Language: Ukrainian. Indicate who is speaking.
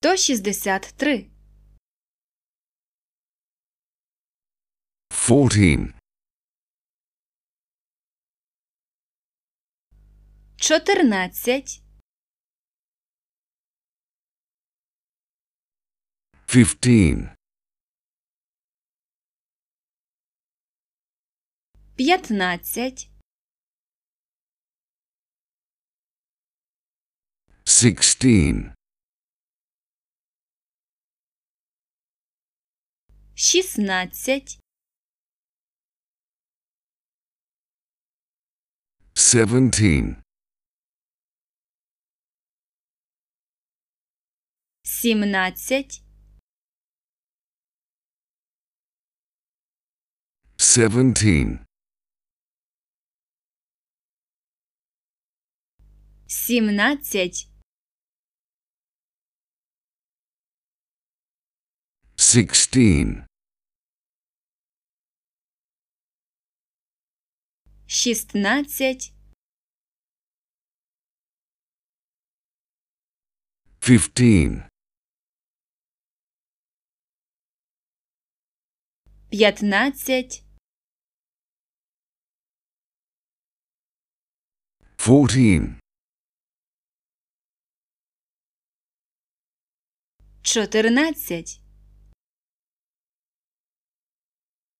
Speaker 1: 163.
Speaker 2: 14,
Speaker 1: 14,
Speaker 2: 15,
Speaker 1: 15,
Speaker 2: 16,
Speaker 1: 16,
Speaker 2: 17,
Speaker 1: 17,
Speaker 2: 17,
Speaker 1: 17,
Speaker 2: 16,
Speaker 1: 16,
Speaker 2: 15,
Speaker 1: 15,
Speaker 2: 14,
Speaker 1: 14,